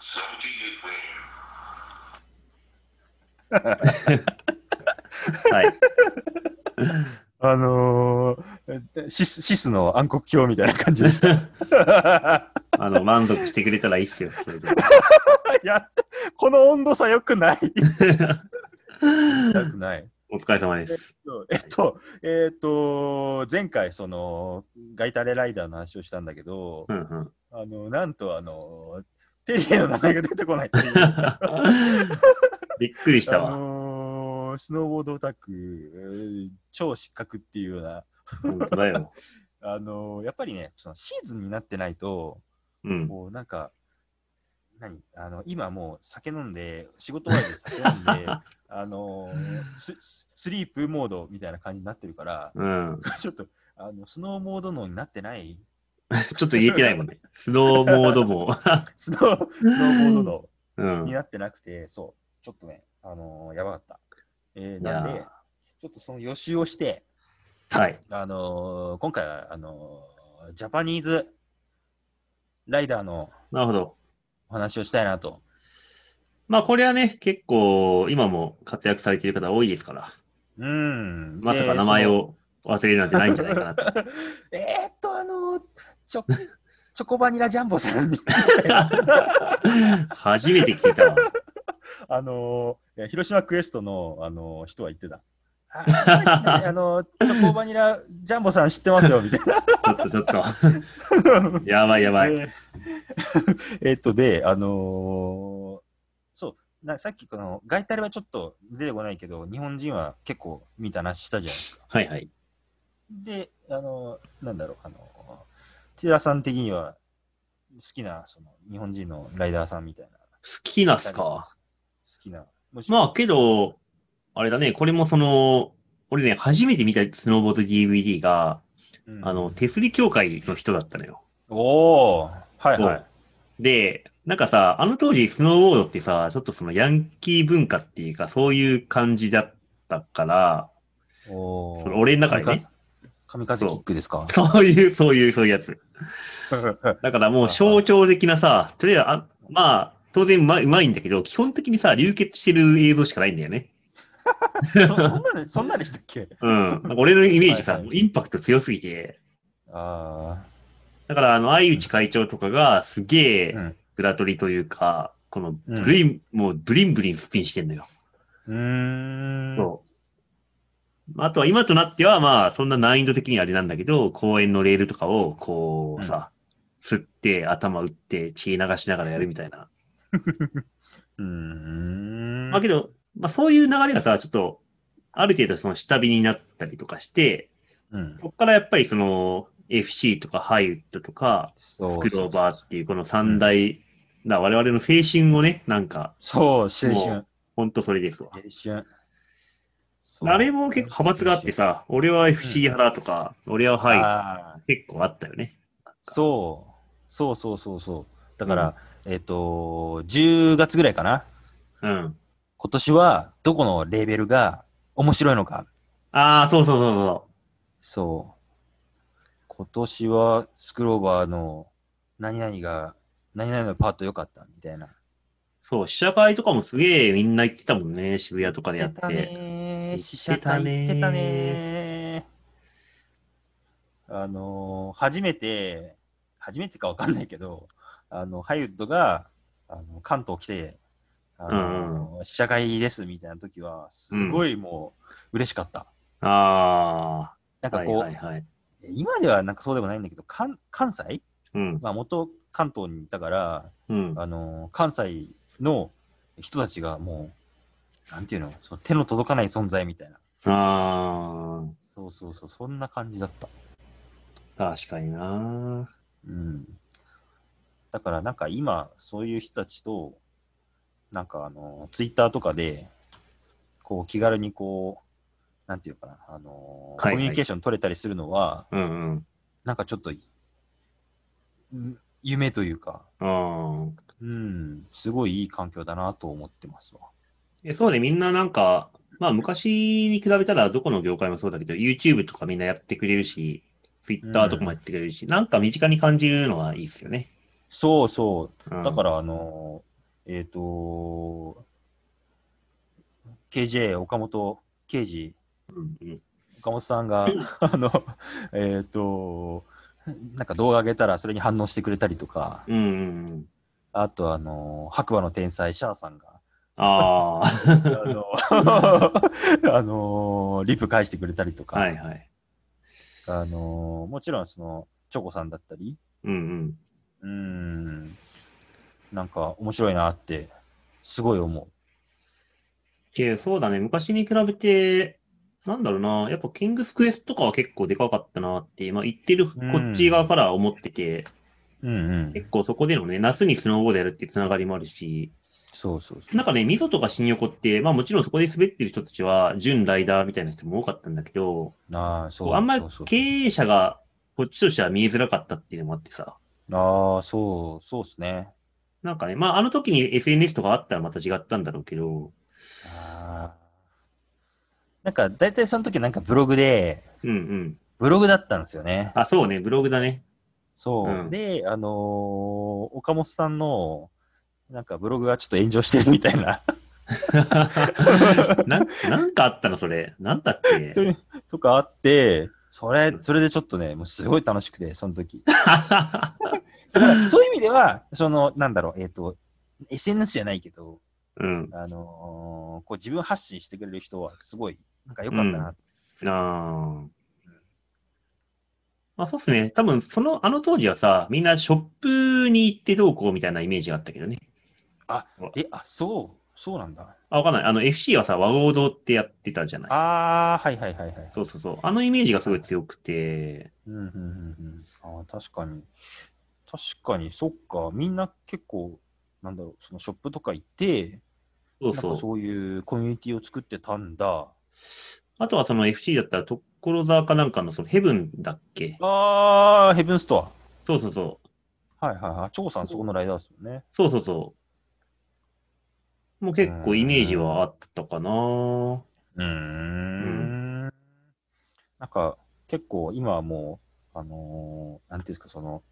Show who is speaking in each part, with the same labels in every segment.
Speaker 1: So do you win.
Speaker 2: はい。
Speaker 3: あのーシス、シスの暗黒鏡みたいな感じでした。
Speaker 2: あの、満足してくれたらいいっすよ、それで。
Speaker 3: いや、この温度差良くない。良くない。
Speaker 2: お疲れ様です。
Speaker 3: そうえっと、えっと、前回、その、ガイタレライダーの話をしたんだけど、
Speaker 2: うんうん。
Speaker 3: あの、なんと、あの、テリーの名前が出てこないっていう。
Speaker 2: びっくりした
Speaker 3: あ
Speaker 2: わ。
Speaker 3: のースノーボードオタク、えー超失格っていうような、
Speaker 2: 本当だよ。
Speaker 3: あのーやっぱりね、そのシーズンになってないと、
Speaker 2: うん。
Speaker 3: こうなんか、何あの今もう酒飲んで、仕事終わりで酒飲んで、 あのースススリープモードみたいな感じになってるから、
Speaker 2: うん。
Speaker 3: ちょっとあのスノーモード脳になってない、
Speaker 2: ちょっと言えてないもんね。スノーモードも。
Speaker 3: スノースノーモード
Speaker 2: う
Speaker 3: 脳
Speaker 2: ん
Speaker 3: に。なってなくて、そう、ちょっとね、あのーやばかった。えー
Speaker 2: いや
Speaker 3: な
Speaker 2: ー
Speaker 3: んで、ちょっとその予習をして、
Speaker 2: はい。
Speaker 3: あのー今回はあのージャパニーズライダーの
Speaker 2: なるほど。
Speaker 3: お話をしたいなと。
Speaker 2: まあ、これはね、結構、今も活躍されている方多いですから、
Speaker 3: うん。
Speaker 2: まさか
Speaker 3: で
Speaker 2: 名前。を忘れるなんてないんじゃないかなと。
Speaker 3: そ のえーっと、あのーチョ、チョコバニラジャンボさんに、
Speaker 2: 初めて聞いたわ。
Speaker 3: あのーえ広島クエストの、あのー人は言ってた。あーあのーチョコバニラジャンボさん知ってますよ、みたい
Speaker 2: ちょっとちょっと。
Speaker 3: な。
Speaker 2: やばいやばい。
Speaker 3: えーえーっと、で、あのーそう、なさっきこの、外タレはちょっと出てこないけど、日本人は結構見たなしたじゃないですか。
Speaker 2: はいはい。
Speaker 3: で、あのーなんだろう、あのー、ティラさん的には、好きな、その、日本人のライダーさんみたいな。
Speaker 2: 好きなっ
Speaker 3: いたり
Speaker 2: す
Speaker 3: しま
Speaker 2: か。
Speaker 3: す好きな。もし
Speaker 2: まあけど、あれだね、これもその、俺ね、初めて見たスノーボード DVD が、
Speaker 3: うん
Speaker 2: あの、手すり協会の人だったのよ。
Speaker 3: おおはいはい。
Speaker 2: で、なんかさ、あの当時スノーボードってさ、ちょっとそのヤンキー文化っていうか、そういう感じだったから、
Speaker 3: お
Speaker 2: そ
Speaker 3: ー
Speaker 2: の俺の中でね、
Speaker 3: 神風キック ですか
Speaker 2: そういう、そういう、そういうやつ。だからもう象徴的なさ、とりあえず、あまあ、当然うまうまいんだけど、基本的にさ、流血してる映像しかないんだよね。
Speaker 3: そそんなの、そんなでしたっけ
Speaker 2: うん。なんか俺のイメージさ、
Speaker 3: はいはい
Speaker 2: もうインパクト強すぎて、
Speaker 3: あ
Speaker 2: だから、あの、相内会長とかが、すげ
Speaker 3: あ。
Speaker 2: え
Speaker 3: う、ん。
Speaker 2: グラトリというか、このブリン、もうブリンブリンスピンしてんのよ。
Speaker 3: うーん。
Speaker 2: そう。あとは今となっては、まあ、そんな難易度的にあれなんだけど、公園のレールとかを、こうさ、吸って、頭打って、血流しながらやるみたいな。
Speaker 3: うーん。
Speaker 2: まあけど、まあそういう流れがさ、ちょっと、ある程度その下火になったりとかして、
Speaker 3: うん。
Speaker 2: こっからやっぱりその、FC とかハイウッドとか、
Speaker 3: そう
Speaker 2: ス
Speaker 3: そう
Speaker 2: クローバーっていうこの三大、な我々の青春をね、なんか、
Speaker 3: そう、青
Speaker 2: も
Speaker 3: 春。
Speaker 2: ほんとそれですわ
Speaker 3: 青。春。そう
Speaker 2: あれも結構派閥があって、さ、俺は FC 派だとか、俺は
Speaker 3: はい
Speaker 2: ハイ、結構あったよね。
Speaker 3: そう。そうそうそうそう。だから、えっ、と10月ぐらいかな。
Speaker 2: うん。
Speaker 3: 今年は、どこのレーベルが面白いのか。
Speaker 2: ああ、そうそうそうそ
Speaker 3: そう。今年は、スクローバーの、何々が、何々のパート良かった、みたいな。
Speaker 2: う。そう、試写会とかもすげえみんな行ってたもんね、渋谷とかでや
Speaker 3: 言
Speaker 2: っ
Speaker 3: ってた
Speaker 2: て。
Speaker 3: ね
Speaker 2: やって
Speaker 3: ー。死者体言ってたねー。あのー初めて、初めてかわかんないけど、あの、ハリウッドが、あの、関東来て、あのー試写会ですみたいな時は、すごいもう、嬉しかった。
Speaker 2: あ
Speaker 3: なんか
Speaker 2: あ、はい
Speaker 3: こう、
Speaker 2: はいはい。
Speaker 3: 今ではなんかそうでもないんだけど、関関西
Speaker 2: うん、
Speaker 3: まあ、元関東にいたから、
Speaker 2: うん。
Speaker 3: あのー関西の人たちがもう、なんていうの、その手の届かない存在みたいな。
Speaker 2: あ
Speaker 3: そうそうそう、そんな感じだった。
Speaker 2: あ、確かにな。
Speaker 3: うん。だからなんか今、そういう人たちと、なんかあの、ツイッターとかで、こう気軽にこう、なんていうかな、あのー
Speaker 2: はいはい
Speaker 3: コミュニケーション取れたりするのは、
Speaker 2: うんうん。
Speaker 3: なんかちょっと、うん夢というか、
Speaker 2: ああ。
Speaker 3: うん、すごいいい環境だなと思ってますわ。
Speaker 2: えそうね、みんななんか、まあ昔に比べたらどこの業界もそうだけど、YouTube とかみんなやってくれるし、Twitter とかもやってくれるし、なんか身近に感じるのはいいっすよね。
Speaker 3: そうそう。
Speaker 2: うん
Speaker 3: だから、あのーえっ、と KJ 岡本刑事、
Speaker 2: うんうん
Speaker 3: 岡本さんが、あの、えっ、と、なんか動画上げたらそれに反応してくれたりとか、
Speaker 2: うんうんうん。
Speaker 3: あとあの、白馬の天才シャアさんが、
Speaker 2: あ
Speaker 3: あ
Speaker 2: あ。
Speaker 3: の、あのリプ返してくれたりとか、
Speaker 2: はいはい。
Speaker 3: あのもちろんその、チョコさんだったり、
Speaker 2: うん
Speaker 3: うーん、なんか面白いなって、すごい思う。
Speaker 2: うん。いやそうだね。昔に比べて、なんだろうな。やっぱキングスクエストとかは結構でかかったなって、まあ言ってるこ
Speaker 3: うん
Speaker 2: っち側から思ってて、
Speaker 3: うんうん。
Speaker 2: 結構そこでのね、夏にスノーボードやるっていうつながりもあるし、
Speaker 3: そうそうそう。
Speaker 2: なんかね、ミソとか新横って、まあもちろんそこで滑ってる人たちは、準ライダーみたいな人も多かったんだけど、
Speaker 3: ああ、そう
Speaker 2: こうあんまり
Speaker 3: そうそう
Speaker 2: 経営者がこっちとしては見えづらかったっていうのもあってさ、
Speaker 3: ああ、そう、そうっすね。
Speaker 2: なんかね、まああの時に SNS とかあったらまた違ったんだろうけど、
Speaker 3: あーなんか、大体その時なんかブログで、
Speaker 2: うんうん。
Speaker 3: ブログだったんですよね。
Speaker 2: あ、そうね、ブログだ ね。
Speaker 3: そう。
Speaker 2: うん
Speaker 3: で、あのー岡本さんの、なんかブログがちょっと炎上してるみたいな
Speaker 2: なんなんかあったの、それ。なんだっけ
Speaker 3: とかあって、それ、それでちょっとね、もうすごい楽しくて、その時。だから、そういう意味では、その、なんだろう、えっ、と、SNS じゃないけど、
Speaker 2: うん。
Speaker 3: あのーこう自分発信してくれる人は、すごい、なんか良かったな。
Speaker 2: あーまあ、そうっすね。多分、その、あの当時はさ、みんなショップに行ってどうこうみたいなイメージがあったけどね。
Speaker 3: え、あ、そう、そうなんだ。
Speaker 2: あ、わかんない。あの、FC はさ、和合堂ってやってたじゃない。
Speaker 3: ああ、はいはいはいはい。
Speaker 2: そうそうそう。あのイメージがすごい強くて、
Speaker 3: うんうんうんうん。ああ、確かに。確かに、そっか。みんな結構、なんだろう、そのショップとか行って、
Speaker 2: そうそ
Speaker 3: なん
Speaker 2: う。
Speaker 3: かそういうコミュニティを作ってたんだ。
Speaker 2: あとはその FC だったら、所沢かなんかの、そのヘブンだっけ
Speaker 3: ああ、ヘブンスト
Speaker 2: そうそうそう。
Speaker 3: ア。はいはいはい。チョコさん、そこのライダーですもんね。
Speaker 2: そうそうそう。もう結構イメージはあったかな。
Speaker 3: うーん。なんか、結構今はもう、あのー、なんていうんですか、その、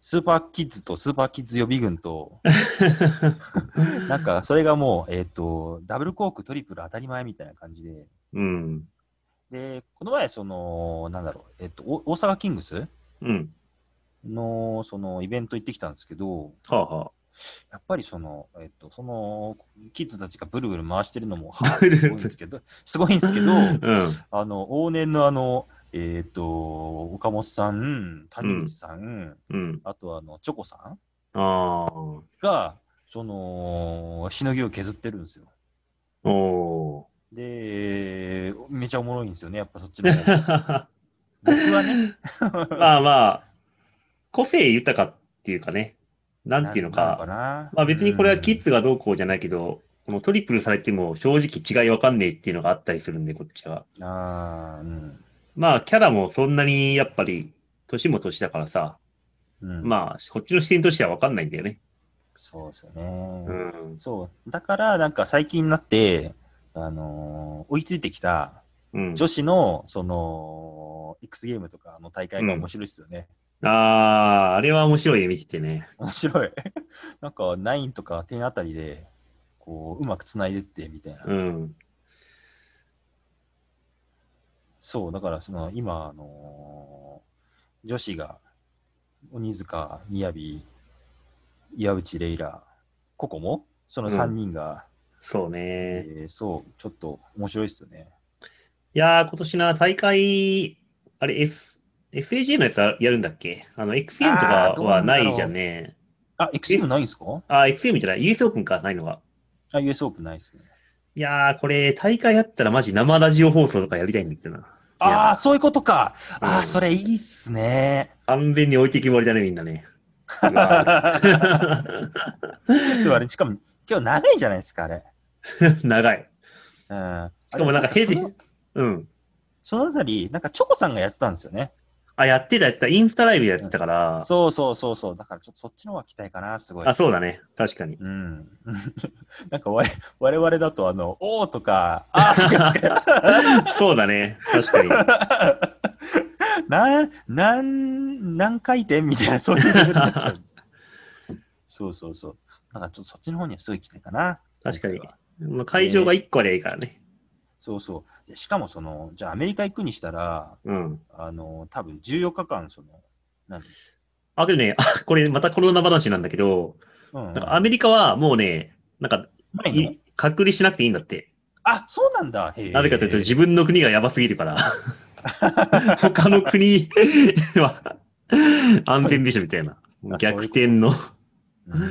Speaker 3: スーパーキッズとスーパーキッズ予備軍と、なんか、それがもう、えっ、と、ダブルコーク、トリプル当たり前みたいな感じで、
Speaker 2: うん。
Speaker 3: で、この前、その、なんだろう、えっと、お大阪キングス
Speaker 2: うん。
Speaker 3: の、その、イベント行ってきたんですけど、
Speaker 2: はあは
Speaker 3: やっぱりその、えっと、その、キッズたちがブルブル回してるのも、は
Speaker 2: ブルブル
Speaker 3: すごいんですけど、すごいんですけど、
Speaker 2: あ。うん。
Speaker 3: あの、往年のあの、えっと、岡本さん、谷口さん、
Speaker 2: うん。
Speaker 3: あとあの、チョコさん
Speaker 2: あ
Speaker 3: が、その、しのぎを削ってるんですよ。
Speaker 2: あ。お
Speaker 3: で、めちゃおもろいんですよね、やっぱそっちの方 が。
Speaker 2: ー。
Speaker 3: 僕はね、
Speaker 2: まあまあ、個性豊かっていうかね、なんていうの
Speaker 3: なな
Speaker 2: か、
Speaker 3: な
Speaker 2: まあ別にこれはキ
Speaker 3: うん
Speaker 2: ッズがどうこうじゃないけど、このトリプルされても正直違いわかんねえっていうのがあったりするんで、こっちは。
Speaker 3: ああ、うん。
Speaker 2: まあキャラもそんなにやっぱり、年も年だからさ、
Speaker 3: うん、あ、
Speaker 2: まあこっちの視点としてはわかんないんだよね。
Speaker 3: そうですよね、
Speaker 2: うん。
Speaker 3: そう。だから、なんか最近になって、あのー追いついてきた
Speaker 2: うん、
Speaker 3: 女子の、その、X ゲームとかの大会が面白いですよね。
Speaker 2: ああ、あれは面白いね、見ててね。
Speaker 3: 面白い。 なんか、9とか10あたりで、こう、うまく繋いでって、みたいな。
Speaker 2: うん。
Speaker 3: そう、だから、その、今、あのー女子が、鬼塚、雅、岩内レイラ、ココも、その3人が、
Speaker 2: そうね。
Speaker 3: えーそう、ちょっと面白いですよね。
Speaker 2: いやー、今年な、大会、あれ、S、SAG のやつはやるんだっけあの、XM と
Speaker 3: あ
Speaker 2: か
Speaker 3: ーどうな
Speaker 2: は
Speaker 3: んだ
Speaker 2: な
Speaker 3: ろう
Speaker 2: いじゃんね。
Speaker 3: あ、XM ないんですか
Speaker 2: あー、XM じゃない、US オープンか、ないのが。
Speaker 3: あ、US オープンないですね。
Speaker 2: いやー、これ、大会やったらマジ生ラジオ放送とかやりたいんだけどな。
Speaker 3: ああ、そういうことか。あ
Speaker 2: う
Speaker 3: あ、
Speaker 2: ん
Speaker 3: それいいっすね。
Speaker 2: 完全に置いてきぼりだね、みんなね。うわ
Speaker 3: で
Speaker 2: ー
Speaker 3: もあれ、しかも、今日長いじゃないですか、あれ。
Speaker 2: 長い。
Speaker 3: うん。あ
Speaker 2: し
Speaker 3: れ
Speaker 2: かもなんかヘビ
Speaker 3: その
Speaker 2: うん。
Speaker 3: そのあたり、なんかチョコさんがやってたんですよね。
Speaker 2: あ、やってた、やってた。インスタライブやってたから。
Speaker 3: そうそうそうそう。だから、ちょっとそっちの方が期待かな、すごい
Speaker 2: あ、。そうだね。確かに。
Speaker 3: うん。 なんか我、我々だと、あの、おーと か、あーとかし か
Speaker 2: そうだね。確かに。
Speaker 3: な、なん、何回転みたいな、そういう風になっちゃう。そうそうそう。なんかちょっとそっちの方にはすぐ行きたいかな。
Speaker 2: 確かに
Speaker 3: 今回は。
Speaker 2: まあ、会場が1個ありゃいいからね。
Speaker 3: そうそう。でしかもその、じゃあアメリカ行くにしたら、
Speaker 2: うん。
Speaker 3: あの、多分14日間、その、なん
Speaker 2: あ、でもね、 あこれまたコロナ話なんだけど、
Speaker 3: うん、
Speaker 2: なんかアメリカはもうね、なんか、
Speaker 3: 前
Speaker 2: い
Speaker 3: に
Speaker 2: 隔離しなくていいんだって。
Speaker 3: あ、そうなんだ。へえ
Speaker 2: なぜかというと、自分の国がやばすぎ るから。他の国は安全でしょみたいな。
Speaker 3: あ
Speaker 2: 逆転の。
Speaker 3: うん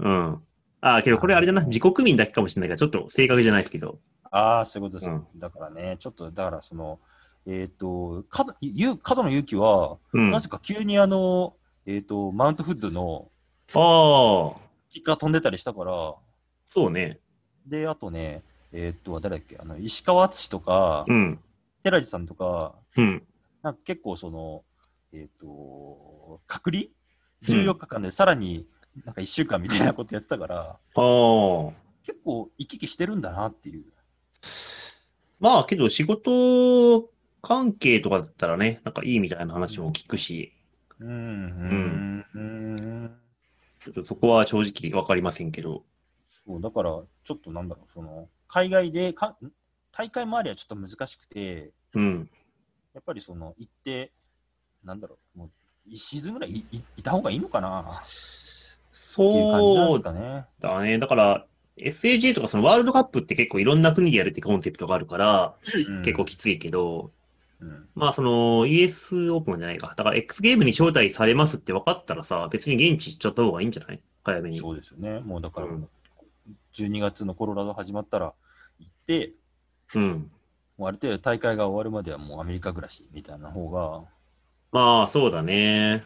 Speaker 2: うん。ああ、けどこれあれだな、自国民だけかもしれないから、ちょっと正確じゃないですけど。
Speaker 3: ああ、そういうことです、
Speaker 2: うん
Speaker 3: だからね、ちょっと、だからその、えっ、と、かどゆ角野ゆうきは、
Speaker 2: うん。
Speaker 3: な
Speaker 2: あ
Speaker 3: ぜか急にあの、えっ、と、マウントフッドの
Speaker 2: あ、そ
Speaker 3: キッカー飛んでたりしたから、
Speaker 2: うね。
Speaker 3: で、あとね、えっ、と、誰だっけ、あの、石川敦とか、
Speaker 2: うん。
Speaker 3: 寺地さんとか、
Speaker 2: うん。
Speaker 3: なんか結構その、えっ、と、隔離 ?14 日間でさらになんか1週間みたいなことやってたから、
Speaker 2: ああ。
Speaker 3: 結構行き来してるんだなっていう。
Speaker 2: まあ、けど仕事関係とかだったらね、なんかいいみたいな話も聞くし、
Speaker 3: うん、うん、うん。
Speaker 2: ちょっとそこは正直わかりませんけど。
Speaker 3: そうだから、ちょっとなんだろう、その、海外でか、ん大会周りはちょっと難しくて、
Speaker 2: うん。
Speaker 3: やっぱりその、行って、なんだろう、もう、1シーズンぐらいいいいた方がいいのかなっていう感じなん
Speaker 2: そ
Speaker 3: で
Speaker 2: う
Speaker 3: すかね。
Speaker 2: だね。だから、SAJ とかそのワールドカップって結構いろんな国でやるってコンセプトがあるから、
Speaker 3: うん
Speaker 2: 結構きついけど、
Speaker 3: うん、
Speaker 2: まあその US オープンじゃないか。だから X ゲームに招待されますって分かったらさ、別に現地行っちゃった方がいいんじゃない早めに。
Speaker 3: そうですよね。もうだから、
Speaker 2: うん
Speaker 3: 12月のコロラド始まったら行って、
Speaker 2: うん。
Speaker 3: もうある程度大会が終わるまではもうアメリカ暮らしみたいな方が
Speaker 2: まあそうだね。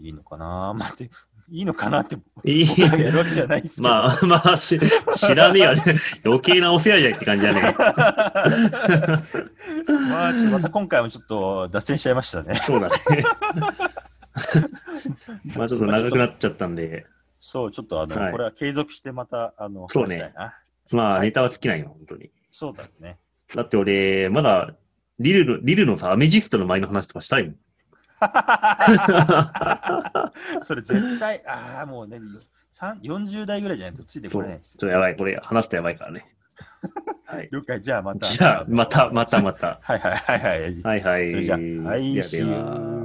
Speaker 3: いいのかな。まあ、で いいのかなって
Speaker 2: いい。
Speaker 3: 僕がやるわけじゃないですけど。
Speaker 2: まあまあ、し知らねえよね。余計なお世話じゃいって感じ だね。
Speaker 3: まあ、ちょっとまた今回もちょっと脱線しちゃいましたね。
Speaker 2: そうだね。 まあちょっと長くなっちゃったんで、
Speaker 3: そう、ちょっとあの、
Speaker 2: はい
Speaker 3: これは継続してまた、あの、
Speaker 2: そうね
Speaker 3: 話したいな。
Speaker 2: まあ
Speaker 3: はい
Speaker 2: ネタは尽きないよ、本当に。
Speaker 3: そうなんですね。
Speaker 2: だって俺、まだ、リルの、リルのさ、アメジストの前の話とかした いもん。
Speaker 3: それ絶対、ああ、もうね、さん40代ぐらいじゃないとついて
Speaker 2: そ
Speaker 3: こ
Speaker 2: う
Speaker 3: れない
Speaker 2: ち
Speaker 3: で
Speaker 2: ょっ
Speaker 3: す
Speaker 2: と
Speaker 3: よ。
Speaker 2: やばい、これ話すとやばいからね。はい。
Speaker 3: 了解、じゃあまた。
Speaker 2: じゃあ、また、また、
Speaker 3: は
Speaker 2: また。
Speaker 3: いはいはいはい。
Speaker 2: はいはい。
Speaker 3: それじゃあ、はい、
Speaker 2: では
Speaker 3: see
Speaker 2: で
Speaker 3: you
Speaker 2: は。